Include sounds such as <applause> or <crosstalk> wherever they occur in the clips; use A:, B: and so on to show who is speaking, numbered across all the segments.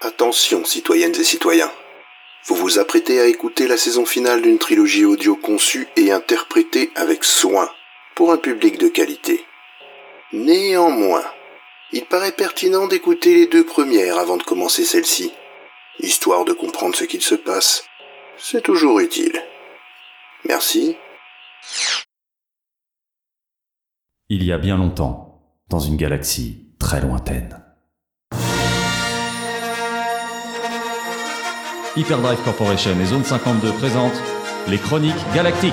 A: Attention, citoyennes et citoyens. Vous vous apprêtez à écouter la saison finale d'une trilogie audio conçue et interprétée avec soin pour un public de qualité. Néanmoins, il paraît pertinent d'écouter les deux premières avant de commencer celle-ci, histoire de comprendre ce qu'il se passe. C'est toujours utile. Merci.
B: Il y a bien longtemps, dans une galaxie très lointaine. Hyperdrive Corporation et Zone 52 présentent les Chroniques Galactiques.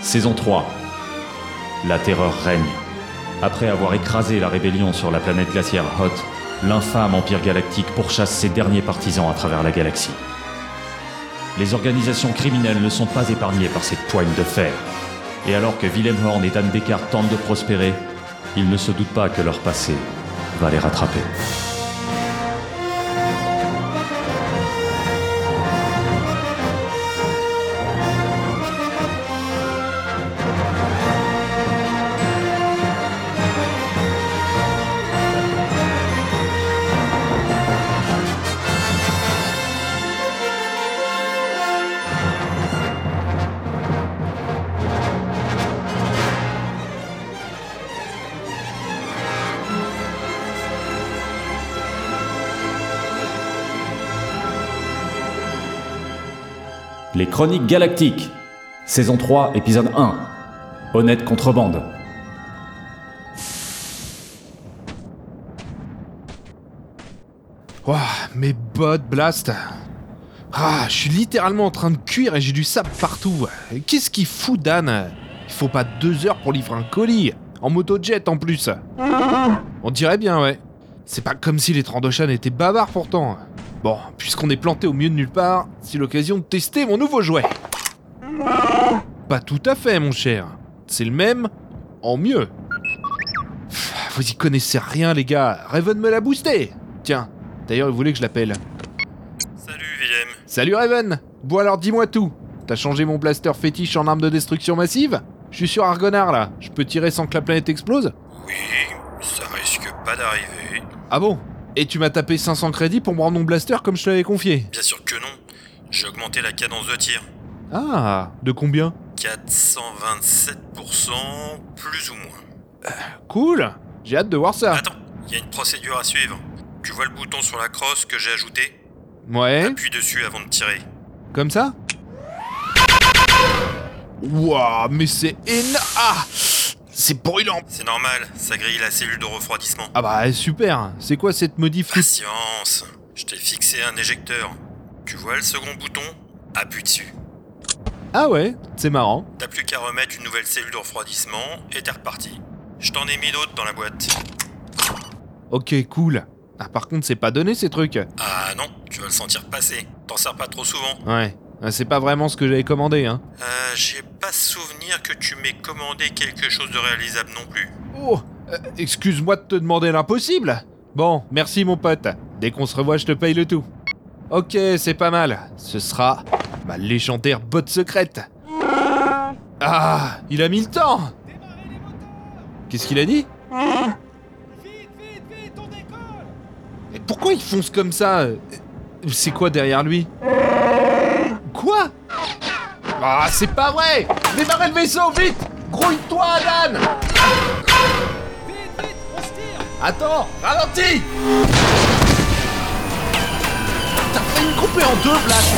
B: Saison 3. La terreur règne. Après avoir écrasé la rébellion sur la planète glaciaire Hot, l'infâme Empire galactique pourchasse ses derniers partisans à travers la galaxie. Les organisations criminelles ne sont pas épargnées par cette poigne de fer. Et alors que Willem Horn et Dan Descartes tentent de prospérer, ils ne se doutent pas que leur passé va les rattraper. Les Chroniques Galactiques, saison 3, épisode 1. Honnête contrebande.
C: Ouah, mes bottes blast Ah, je suis littéralement en train de cuire et j'ai du sable partout. Qu'est-ce qu'il fout Dan Il faut pas deux heures pour livrer un colis. En moto-jet en plus. On dirait bien, ouais. C'est pas comme si les Trandoshan étaient bavards pourtant. Bon, puisqu'on est planté au milieu de nulle part, c'est l'occasion de tester mon nouveau jouet. Pas tout à fait, mon cher. C'est le même, en mieux. Pff, Vous y connaissez rien, les gars. Raven me l'a boosté. Tiens, d'ailleurs, il voulait que je l'appelle.
D: Salut Willem.
C: Salut Raven Bon alors dis-moi tout. T'as changé mon blaster fétiche en arme de destruction massive Je suis sur Argonard là, je peux tirer sans que la planète explose
D: Oui, ça risque pas d'arriver.
C: Ah bon Et tu m'as tapé 500 crédits pour me rendre mon blaster comme je te l'avais confié
D: Bien sûr que non. J'ai augmenté la cadence de tir.
C: Ah, de combien
D: 427%, plus ou moins.
C: Cool J'ai hâte de voir ça.
D: Attends, il y a une procédure à suivre. Tu vois le bouton sur la crosse que j'ai ajouté
C: Ouais,
D: Appuie dessus avant de tirer.
C: comme ça Waouh, mais c'est énorme Ah C'est brûlant
D: C'est normal, ça grille la cellule de
C: <laughs>
D: refroidissement.
C: Ah bah super C'est quoi cette modif
D: Patience. Je t'ai fixé un éjecteur. Tu vois le second bouton Appuie dessus.
C: Ah ouais, c'est marrant.
D: T'as plus qu'à remettre une nouvelle cellule de refroidissement et t'es reparti. Je t'en ai mis d'autres dans la boîte.
C: Ok, cool. Ah par contre, c'est pas donné ces trucs.
D: Ah non, tu vas le sentir passer. T'en sers pas trop souvent.
C: Ouais, Ah, c'est pas vraiment ce que j'avais commandé, hein.
D: Euh, j'ai pas souvenir que tu m'aies commandé quelque chose de réalisable non plus.
C: Oh, euh, excuse-moi de te demander l'impossible. Bon, merci mon pote. Dès qu'on se revoit, je te paye le tout. Ok, c'est pas mal. Ce sera ma légendaire botte secrète. Ah, il a mis le temps. Qu'est-ce qu'il a dit Mais pourquoi il fonce comme ça Euh, C'est quoi derrière lui Quoi Ah, c'est pas vrai Démarrez le vaisseau, vite Grouille-toi, Dan Attends, ralentis T'as fait une couper en deux, Blast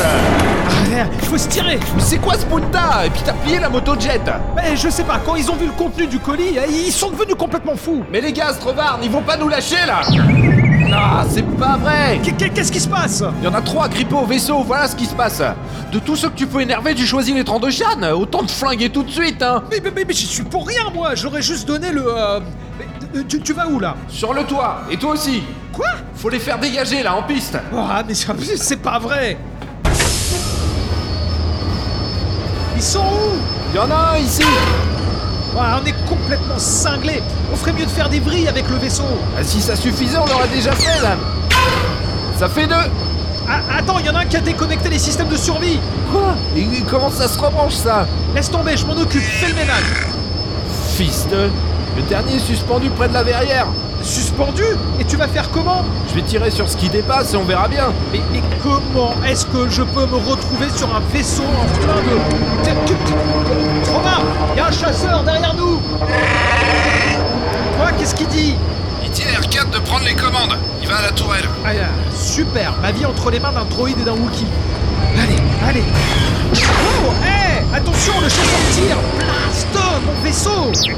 E: Frère, faut se tirer
C: Mais c'est quoi ce bunta Et puis t'as plié la moto jet
E: Mais je sais pas, quand ils ont vu le contenu du colis, eh, ils sont devenus complètement fous
C: Mais les gars, Strovar, ils vont pas nous lâcher, là Non, c'est pas vrai
E: Qu'est- qu'est- Qu'est-ce qui se passe
C: Il y en a trois grippés au vaisseau, voilà ce qui se passe De tous ceux que tu peux énerver, tu choisis les 32 Chan Autant te flinguer tout de suite, hein
E: mais, mais, mais, mais j'y suis pour rien, moi J'aurais juste donné le... euh, mais, euh, tu, tu vas où, là
C: Sur le toit, et toi aussi
E: Quoi
C: Faut les faire dégager, là, en piste
E: Ah, mais ça- c'est <laughs> pas vrai Ils sont où
C: Il y en a un ici
E: Ah, on est complètement cinglés On ferait mieux de faire des vrilles avec le vaisseau
C: Ah, si ça suffisait, on l'aurait déjà fait, là Ça fait deux
E: Ah, Attends, il y en a un qui a déconnecté les systèmes de survie
C: Quoi Et comment ça se rebranche, ça
E: Laisse tomber, je m'en occupe, fais le ménage
C: Fils de... Le dernier est suspendu près de la verrière
E: Suspendu Et tu vas faire comment
C: Je vais tirer sur ce qui dépasse et on verra bien
E: mais, mais comment est-ce que je peux me retrouver sur un vaisseau en plein de... Romain Il y a un chasseur derrière nous Quoi Qu'est-ce qu'il dit
F: Il dit à R4 de prendre les commandes. Il va à la tourelle.
E: Ah, ah, super, ma vie entre les mains d'un droïde et d'un Wookie. Allez, allez. Oh, hé Attention, le chasseur tire Blast Mon vaisseau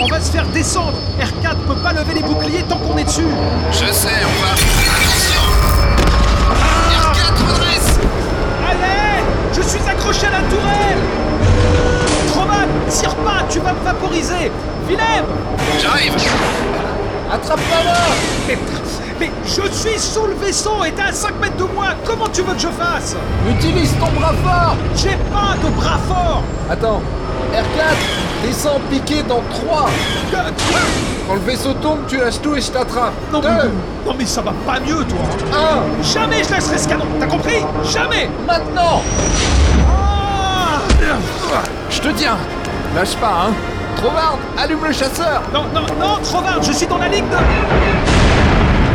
E: On va se faire descendre R4 peut pas lever les boucliers tant qu'on est dessus
F: Je sais, on va. Attention R4 redresse
E: Allez Je suis accroché à la tourelle Roman, tire pas, tu vas me vaporiser Vilem
F: J'arrive
C: Attrape-la là
E: mais, mais je suis sous le vaisseau et t'es à 5 mètres de moi Comment tu veux que je fasse
C: Utilise ton bras fort
E: J'ai pas de bras fort
C: Attends, R4, descends piqué dans 3 Quand le vaisseau tombe, tu lâches tout et je t'attrape
E: Non mais,
C: 2,
E: non mais ça va pas mieux toi hein.
C: 1,
E: Jamais je laisserai ce canon, t'as compris Jamais
C: maintenant
E: Ah
C: Je te tiens Lâche pas, hein Trovard, allume le chasseur
E: Non, non, non, Trovard, je suis dans la ligne de... Wouhou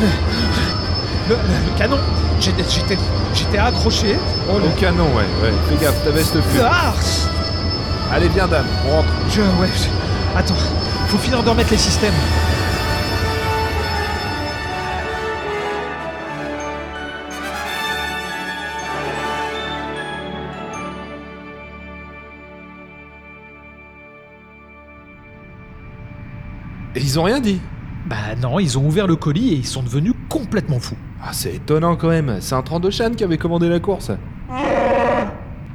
E: le, le- le canon, j'étais, j'étais, j'étais accroché. Oh le...
C: canon, ouais, ouais. Fais gaffe, ta veste fut.
E: Ah
C: Allez, viens, dame, on rentre.
E: Je... ouais... je- Attends, faut finir de remettre les systèmes.
C: Et ils ont rien dit
E: Bah non, ils ont ouvert le colis et ils sont devenus complètement fous.
C: Ah, c'est étonnant quand même. C'est un 32 Chan qui avait commandé la course.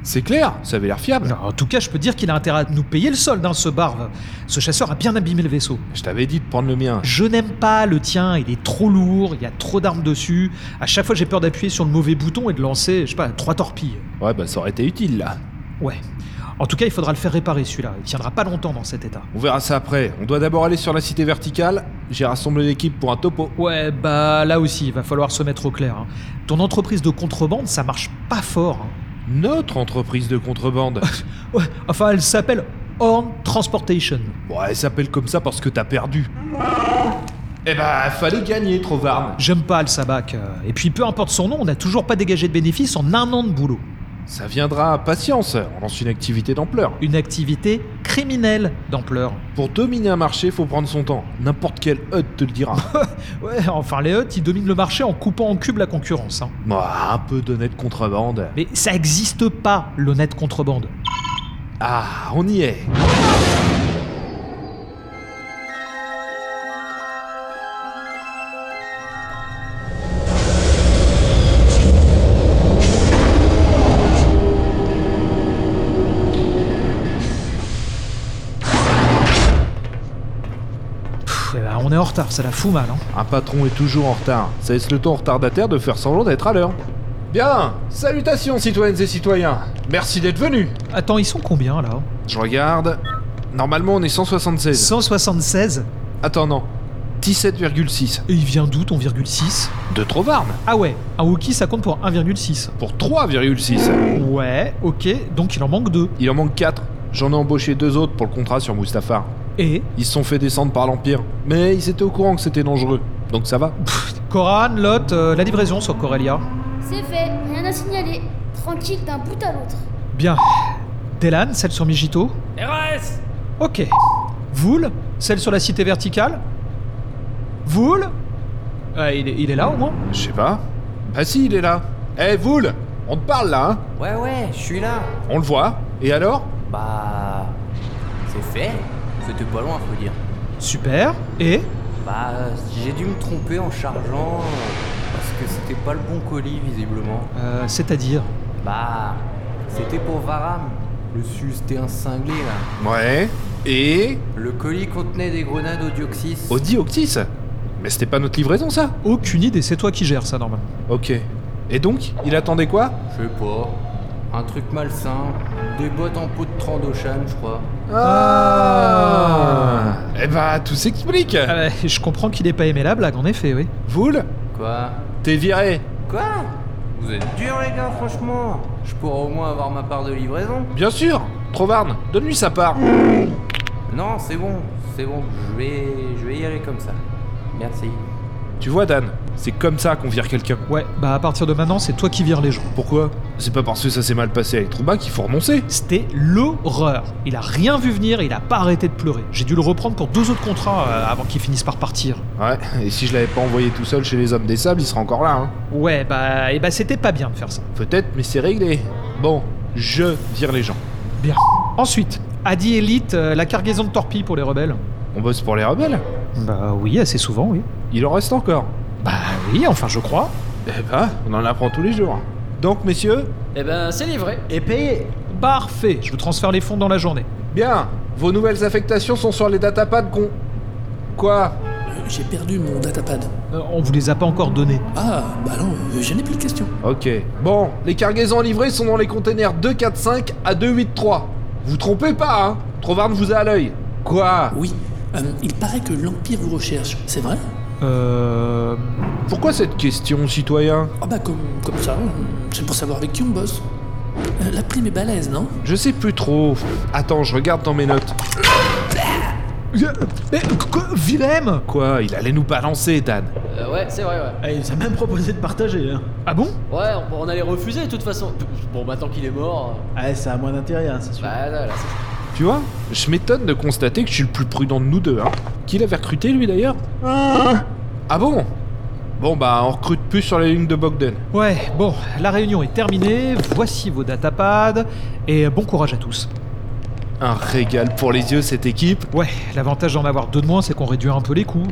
C: C'est clair, ça avait l'air fiable.
E: Non, en tout cas, je peux dire qu'il a intérêt à nous payer le solde, hein, ce barve. Ce chasseur a bien abîmé le vaisseau.
C: Je t'avais dit de prendre le mien.
E: Je n'aime pas le tien, il est trop lourd, il y a trop d'armes dessus. À chaque fois, j'ai peur d'appuyer sur le mauvais bouton et de lancer, je sais pas, trois torpilles.
C: Ouais, bah ça aurait été utile là.
E: Ouais. En tout cas, il faudra le faire réparer celui-là. Il tiendra pas longtemps dans cet état.
C: On verra ça après. On doit d'abord aller sur la cité verticale. J'ai rassemblé l'équipe pour un topo.
E: Ouais, bah là aussi, il va falloir se mettre au clair. hein. Ton entreprise de contrebande, ça marche pas fort. hein.
C: Notre entreprise de contrebande.
E: Ouais, enfin, elle s'appelle Horn Transportation.
C: bon, elle s'appelle comme ça parce que t'as perdu. Eh bah, fallait gagner, Trovarne.
E: J'aime pas le sabac. euh. Et puis, peu importe son nom, on n'a toujours pas dégagé de bénéfices en un an de boulot.
C: Ça viendra, patience. On lance une activité d'ampleur.
E: Une activité criminelle d'ampleur.
C: Pour dominer un marché, faut prendre son temps. N'importe quel HUD te le dira.
E: <laughs> Ouais, enfin, les Huttes, ils dominent le marché en coupant en cube la concurrence. hein.
C: Bah, un peu d'honnête contrebande.
E: Mais ça existe pas, l'honnête contrebande.
C: Ah, on y est.
E: Pff, eh ben, on est en retard, ça la fout mal. Hein.
C: Un patron est toujours en retard. Ça laisse le temps aux retardataires de faire semblant d'être à l'heure. Bien Salutations, citoyennes et citoyens Merci d'être venus
E: Attends, ils sont combien là
C: Je regarde. Normalement, on est 176.
E: 176
C: Attends, non. 17,6.
E: Et il vient d'où ton virgule 6
C: De Trovarne
E: Ah ouais, un Wookie ça compte pour 1,6.
C: Pour 3,6.
E: Ouais, ok, donc il en manque deux.
C: Il en manque 4. J'en ai embauché deux autres pour le contrat sur Mustafar.
E: Et
C: Ils se sont fait descendre par l'Empire. Mais ils étaient au courant que c'était dangereux. Donc ça va.
E: Coran, Lot, euh, la livraison sur Corellia.
G: C'est fait, rien à signaler. Tranquille d'un bout à l'autre.
E: Bien. Delan, celle sur Mijito
H: RAS
E: Ok. Voul, celle sur la cité verticale Voul Ah, il, est- il est là au moins
C: Je sais pas. Bah si, il est là. Eh, Voul On te parle là, hein
H: Ouais, ouais, je suis là.
C: On le voit. Et alors
H: Bah. C'est fait. C'était pas loin, faut dire.
E: Super. Et
H: Bah, euh, j'ai dû me tromper en chargeant. euh, Parce que c'était pas le bon colis, visiblement.
E: Euh, C'est-à-dire
H: Bah. C'était pour Varam. Le sus, c'était un cinglé, là.
C: Ouais. Et
H: Le colis contenait des grenades au dioxys.
C: Audi Octis Mais c'était pas notre livraison ça
E: Aucune idée, c'est toi qui gères ça normalement.
C: Ok. Et donc, il attendait quoi
H: Je sais pas. Un truc malsain. Des bottes en peau de Trandoshan, je crois.
C: Ah Eh bah, tout s'explique
E: Ah bah, <laughs> je comprends qu'il ait pas aimé la blague, en effet, oui.
C: Voul,
H: Quoi
C: t'es viré
H: Quoi Vous êtes durs, les gars, franchement. Je pourrais au moins avoir ma part de livraison.
C: Bien sûr Trovarne, donne-lui sa part
H: Non, c'est bon, c'est bon. Je vais, je vais y aller comme ça. Merci.
C: Tu vois, Dan, c'est comme ça qu'on vire quelqu'un.
E: Ouais, bah à partir de maintenant, c'est toi qui vire les gens.
C: Pourquoi C'est pas parce que ça s'est mal passé avec Trouba qu'il faut renoncer.
E: C'était l'horreur. Il a rien vu venir et il a pas arrêté de pleurer. J'ai dû le reprendre pour deux autres contrats euh, avant qu'il finisse par partir.
C: Ouais, et si je l'avais pas envoyé tout seul chez les hommes des sables, il serait encore là, hein.
E: Ouais, bah, et bah c'était pas bien de faire ça.
C: Peut-être, mais c'est réglé. Bon, je vire les gens.
E: Bien. Ensuite, Adi Elite, euh, la cargaison de torpilles pour les rebelles.
C: On bosse pour les rebelles
E: Bah oui, assez souvent, oui.
C: Il en reste encore.
E: Bah oui, enfin je crois.
C: Eh bah, on en apprend tous les jours. Donc, messieurs
I: Eh ben, c'est livré.
E: Et payé. Parfait, je vous transfère les fonds dans la journée.
C: Bien, vos nouvelles affectations sont sur les datapads qu'on... Quoi
I: J'ai perdu mon datapad.
E: Euh, on vous les a pas encore donnés.
I: Ah, bah non, euh, je n'ai plus de questions.
C: Ok. Bon, les cargaisons livrées sont dans les containers 245 à 283. Vous trompez pas, hein Trovarne vous a à l'œil. Quoi
I: Oui, euh, il paraît que l'Empire vous recherche, c'est vrai
E: Euh.
C: Pourquoi cette question, citoyen
I: Ah bah comme, comme ça, euh, c'est pour savoir avec qui on bosse. Euh, la prime est balèze, non
C: Je sais plus trop. Attends, je regarde dans mes notes.
E: Euh, Mais quoi, Willem
C: Quoi Il allait nous balancer, Dan.
J: Euh, ouais, c'est vrai, ouais.
I: Il nous a même proposé de partager. Hein.
E: Ah bon
J: Ouais, on, on allait refuser de toute façon. Bon, maintenant qu'il est mort.
I: Ah, ça a moins d'intérêt, c'est
J: euh, Bah, là, là, c'est-
C: Tu vois Je m'étonne de constater que je suis le plus prudent de nous deux, hein. Qui l'avait recruté, lui, d'ailleurs Ah bon Bon, bah, on recrute plus sur la ligne de Bogdan.
E: Ouais, bon, la réunion est terminée, voici vos datapads, et bon courage à tous.
C: Un régal pour les yeux, cette équipe.
E: Ouais, l'avantage d'en avoir deux de moins, c'est qu'on réduit un peu les coûts.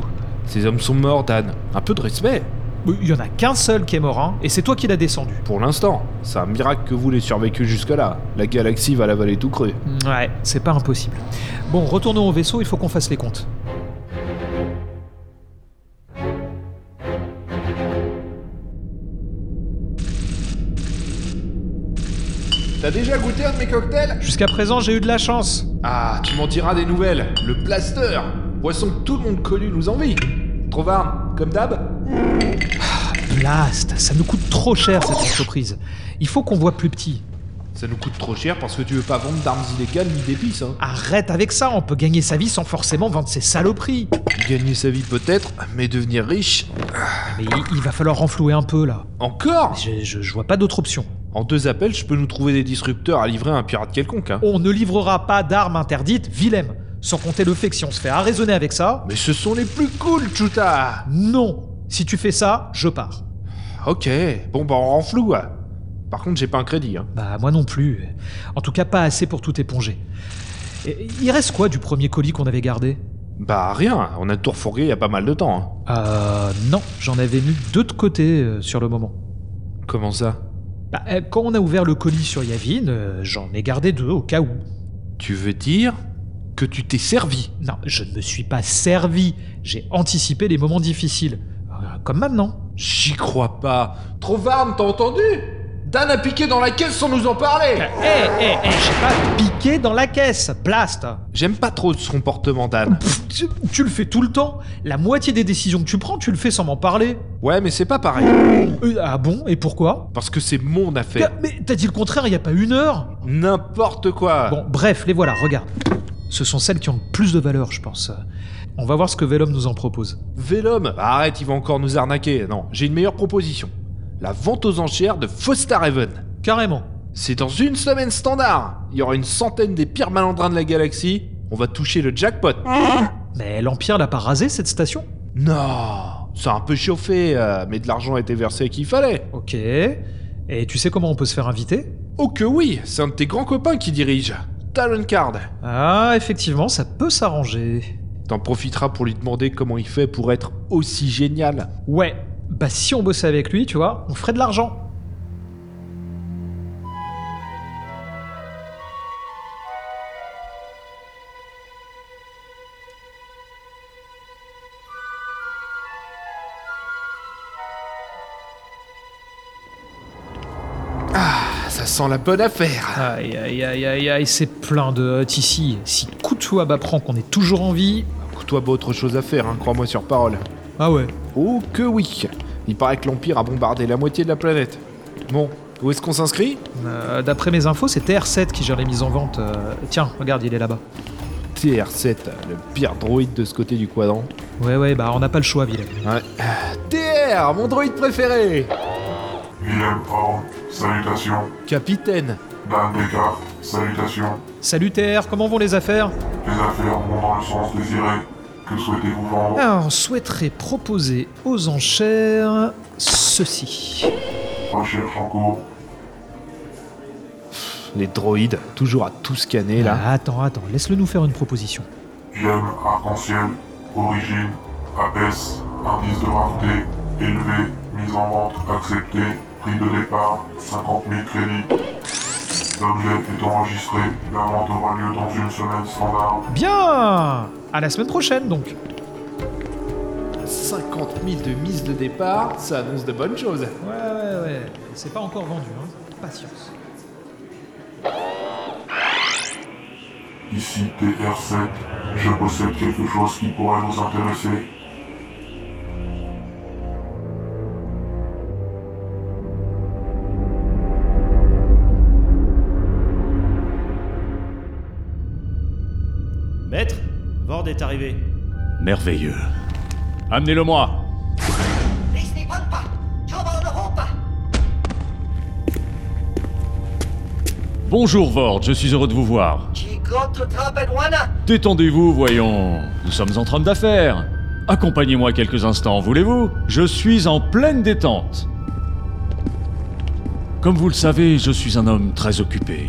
C: Ces hommes sont morts, Dan. Un peu de respect.
E: Mais Il y en a qu'un seul qui est mort, hein, et c'est toi qui l'as descendu.
C: Pour l'instant, c'est un miracle que vous l'ayez survécu jusque-là. La galaxie va l'avaler tout cru.
E: Ouais, c'est pas impossible. Bon, retournons au vaisseau, il faut qu'on fasse les comptes.
C: T'as déjà goûté un de mes cocktails
E: Jusqu'à présent, j'ai eu de la chance.
C: Ah, tu m'en diras des nouvelles. Le plaster, boisson que tout le monde connu nous envie. Trovarne, comme d'hab
E: Blast, ça nous coûte trop cher cette entreprise. Il faut qu'on voit plus petit.
C: Ça nous coûte trop cher parce que tu veux pas vendre d'armes illégales ni d'épices, hein.
E: Arrête avec ça, on peut gagner sa vie sans forcément vendre ses saloperies.
C: Gagner sa vie peut-être, mais devenir riche,
E: Mais il, il va falloir renflouer un peu là.
C: encore
E: Je, je- je vois pas d'autre option.
C: En deux appels, je peux nous trouver des disrupteurs à livrer à un pirate quelconque, hein.
E: On ne livrera pas d'armes interdites, Willem. Sans compter le fait que si on se fait arraisonner avec ça,
C: Mais ce sont les plus cool, Chuta
E: non. Si tu fais ça, je pars.
C: Ok, bon bah on renfloue, hein. Par contre, j'ai pas un crédit, hein.
E: Bah moi non plus. En tout cas pas assez pour tout éponger. Et- il reste quoi du premier colis qu'on avait gardé
C: Bah rien, on a tout refourgué il y a pas mal de temps. hein.
E: Euh non, j'en avais mis deux de côté euh, sur le moment.
C: Comment ça
E: Bah, euh, quand on a ouvert le colis sur Yavin, euh, j'en ai gardé deux au cas où.
C: Tu veux dire que tu t'es servi
E: Non, je ne me suis pas servi. J'ai anticipé les moments difficiles. Euh, comme maintenant.
C: J'y crois pas. Trovarne, t'as entendu Dan a piqué dans la caisse sans nous en parler
E: Hé, hé, hé, Eh, j'ai pas piqué dans la caisse, blast
C: J'aime pas trop ce comportement, Dan.
E: Pff, tu, tu le fais tout le temps. La moitié des décisions que tu prends, tu le fais sans m'en parler.
C: Ouais, mais c'est pas pareil.
E: Euh, ah bon Et pourquoi
C: Parce que c'est mon
E: Bah,
C: affaire.
E: Mais t'as dit le contraire il y a pas une heure
C: N'importe quoi.
E: Bon, bref, les voilà, regarde. Ce sont celles qui ont le plus de valeur, je pense. On va voir ce que Vellum nous en propose.
C: Vélum, Bah, arrête, il va encore nous arnaquer. Non, j'ai une meilleure proposition. La vente aux enchères de Fosterhaven.
E: Carrément.
C: C'est dans une semaine standard. Il y aura une centaine des pires malandrins de la galaxie. On va toucher le jackpot.
E: Mais l'Empire l'a pas rasé, cette station
C: Non, c'est un peu chauffé, euh, mais de l'argent a été versé qu'il fallait.
E: Ok. Et tu sais comment on peut se faire inviter
C: Oh que oui, c'est un de tes grands copains qui dirige. Talon Card.
E: Ah, effectivement, ça peut s'arranger.
C: T'en profiteras pour lui demander comment il fait pour être aussi génial.
E: Ouais, bah si on bossait avec lui, tu vois, on ferait de l'argent.
C: Ah, ça sent la bonne affaire.
E: Aïe aïe aïe aïe aïe, c'est plein de hot ici. Si Kutsuaba apprend qu'on est toujours en vie.
C: Toi, pas autre chose à faire, hein, crois-moi sur parole.
E: Ah ouais
C: Oh que oui Il paraît que l'Empire a bombardé la moitié de la planète. Bon, où est-ce qu'on s'inscrit
E: Euh, D'après mes infos, c'est TR7 qui gère les mises en vente. euh, Tiens, regarde, il est là-bas.
C: TR7, le pire droïde de ce côté du quadrant.
E: Ouais, ouais, bah on n'a pas le choix, Ville.
C: Ouais. TR, mon droïde préféré
K: Guillaume Franck, salutations.
C: Capitaine
K: Dan Descartes, salutations.
E: Salut TR, comment vont les affaires
K: Les affaires vont dans le sens désiré. Que souhaitez-vous vendre
E: Alors, on souhaiterait proposer aux enchères ceci.
K: Recherche en cours.
C: Les droïdes, toujours à tout scanner là.
E: Ah, attends, attends, laisse-le nous faire une proposition.
K: Gemme, arc-en-ciel, origine, abaisse, indice de rareté, élevé, mise en vente, accepté, prix de départ, 50 000 crédits. L'objet est enregistré, la vente aura lieu dans une semaine standard.
E: Bien À la semaine prochaine donc
C: Ah. 50 000 de mise de départ, ça annonce de bonnes choses.
E: Ouais, ouais, ouais, c'est pas encore vendu, hein. Patience.
K: Ici TR7, je possède quelque chose qui pourrait nous intéresser.
L: Maître, Vord est arrivé.
B: Merveilleux. Amenez-le moi Bonjour Vord, je suis heureux de vous voir. Détendez-vous, voyons. Nous sommes en train d'affaires. Accompagnez-moi quelques instants, voulez-vous Je suis en pleine détente. Comme vous le savez, je suis un homme très occupé.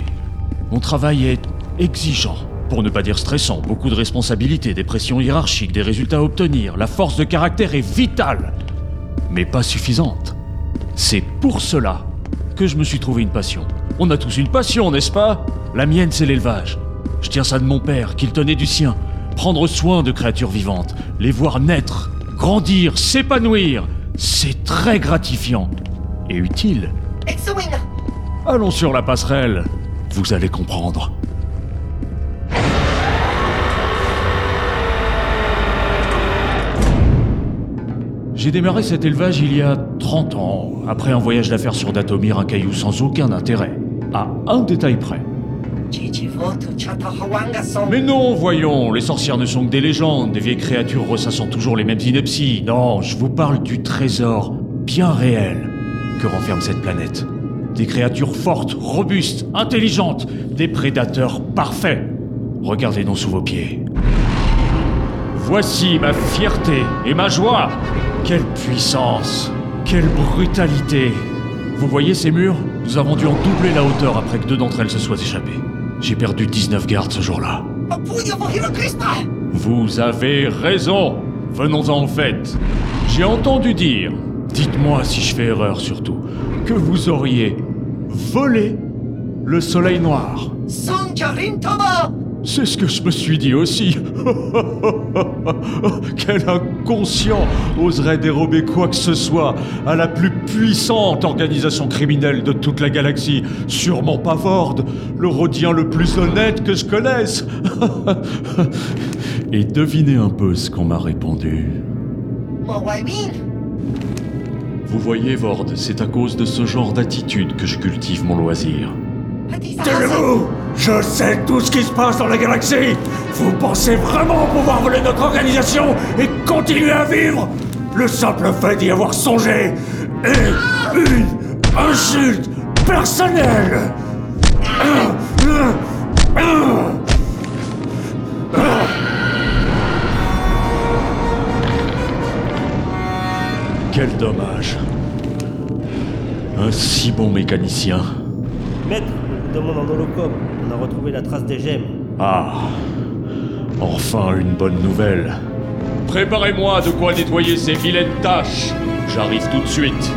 B: Mon travail est exigeant, pour ne pas dire stressant. Beaucoup de responsabilités, des pressions hiérarchiques, des résultats à obtenir. La force de caractère est vitale, mais pas suffisante. C'est pour cela que je me suis trouvé une passion. On a tous une passion, n'est-ce pas La mienne, c'est l'élevage. Je tiens ça de mon père, qu'il tenait du sien. Prendre soin de créatures vivantes, les voir naître, grandir, s'épanouir, c'est très gratifiant et utile. Allons sur la passerelle, vous allez comprendre. J'ai démarré cet élevage il y a 30 ans, après un voyage d'affaires sur Datomir, un caillou sans aucun intérêt. À un détail près. Mais non, voyons, les sorcières ne sont que des légendes, des vieilles créatures ressassant toujours les mêmes inepties. Non, je vous parle du trésor bien réel que renferme cette planète. Des créatures fortes, robustes, intelligentes, des prédateurs parfaits. Regardez donc sous vos pieds. Voici ma fierté et ma joie. Quelle puissance, quelle brutalité. Vous voyez ces murs Nous avons dû en doubler la hauteur après que deux d'entre elles se soient échappées. J'ai perdu 19 gardes ce jour-là. Vous avez raison. Venons-en en fait. J'ai entendu dire, dites-moi si je fais erreur surtout, que vous auriez volé le soleil noir. C'est ce que je me suis dit aussi. <laughs> Quel inconscient oserait dérober quoi que ce soit à la plus puissante organisation criminelle de toute la galaxie Sûrement pas Vord, le rodien le plus honnête que je connaisse. <laughs> Et devinez un peu ce qu'on m'a répondu. Vous voyez, Vord, c'est à cause de ce genre d'attitude que je cultive mon loisir.
M: Taisez-vous Je sais tout ce qui se passe dans la galaxie Vous pensez vraiment pouvoir voler notre organisation et continuer à vivre Le simple fait d'y avoir songé est une insulte personnelle
B: Quel dommage. Un si bon mécanicien.
L: Maître, je demande en holocom. On a retrouvé la trace des gemmes.
B: Ah, enfin une bonne nouvelle. Préparez-moi de quoi nettoyer ces vilaines taches. J'arrive tout de suite.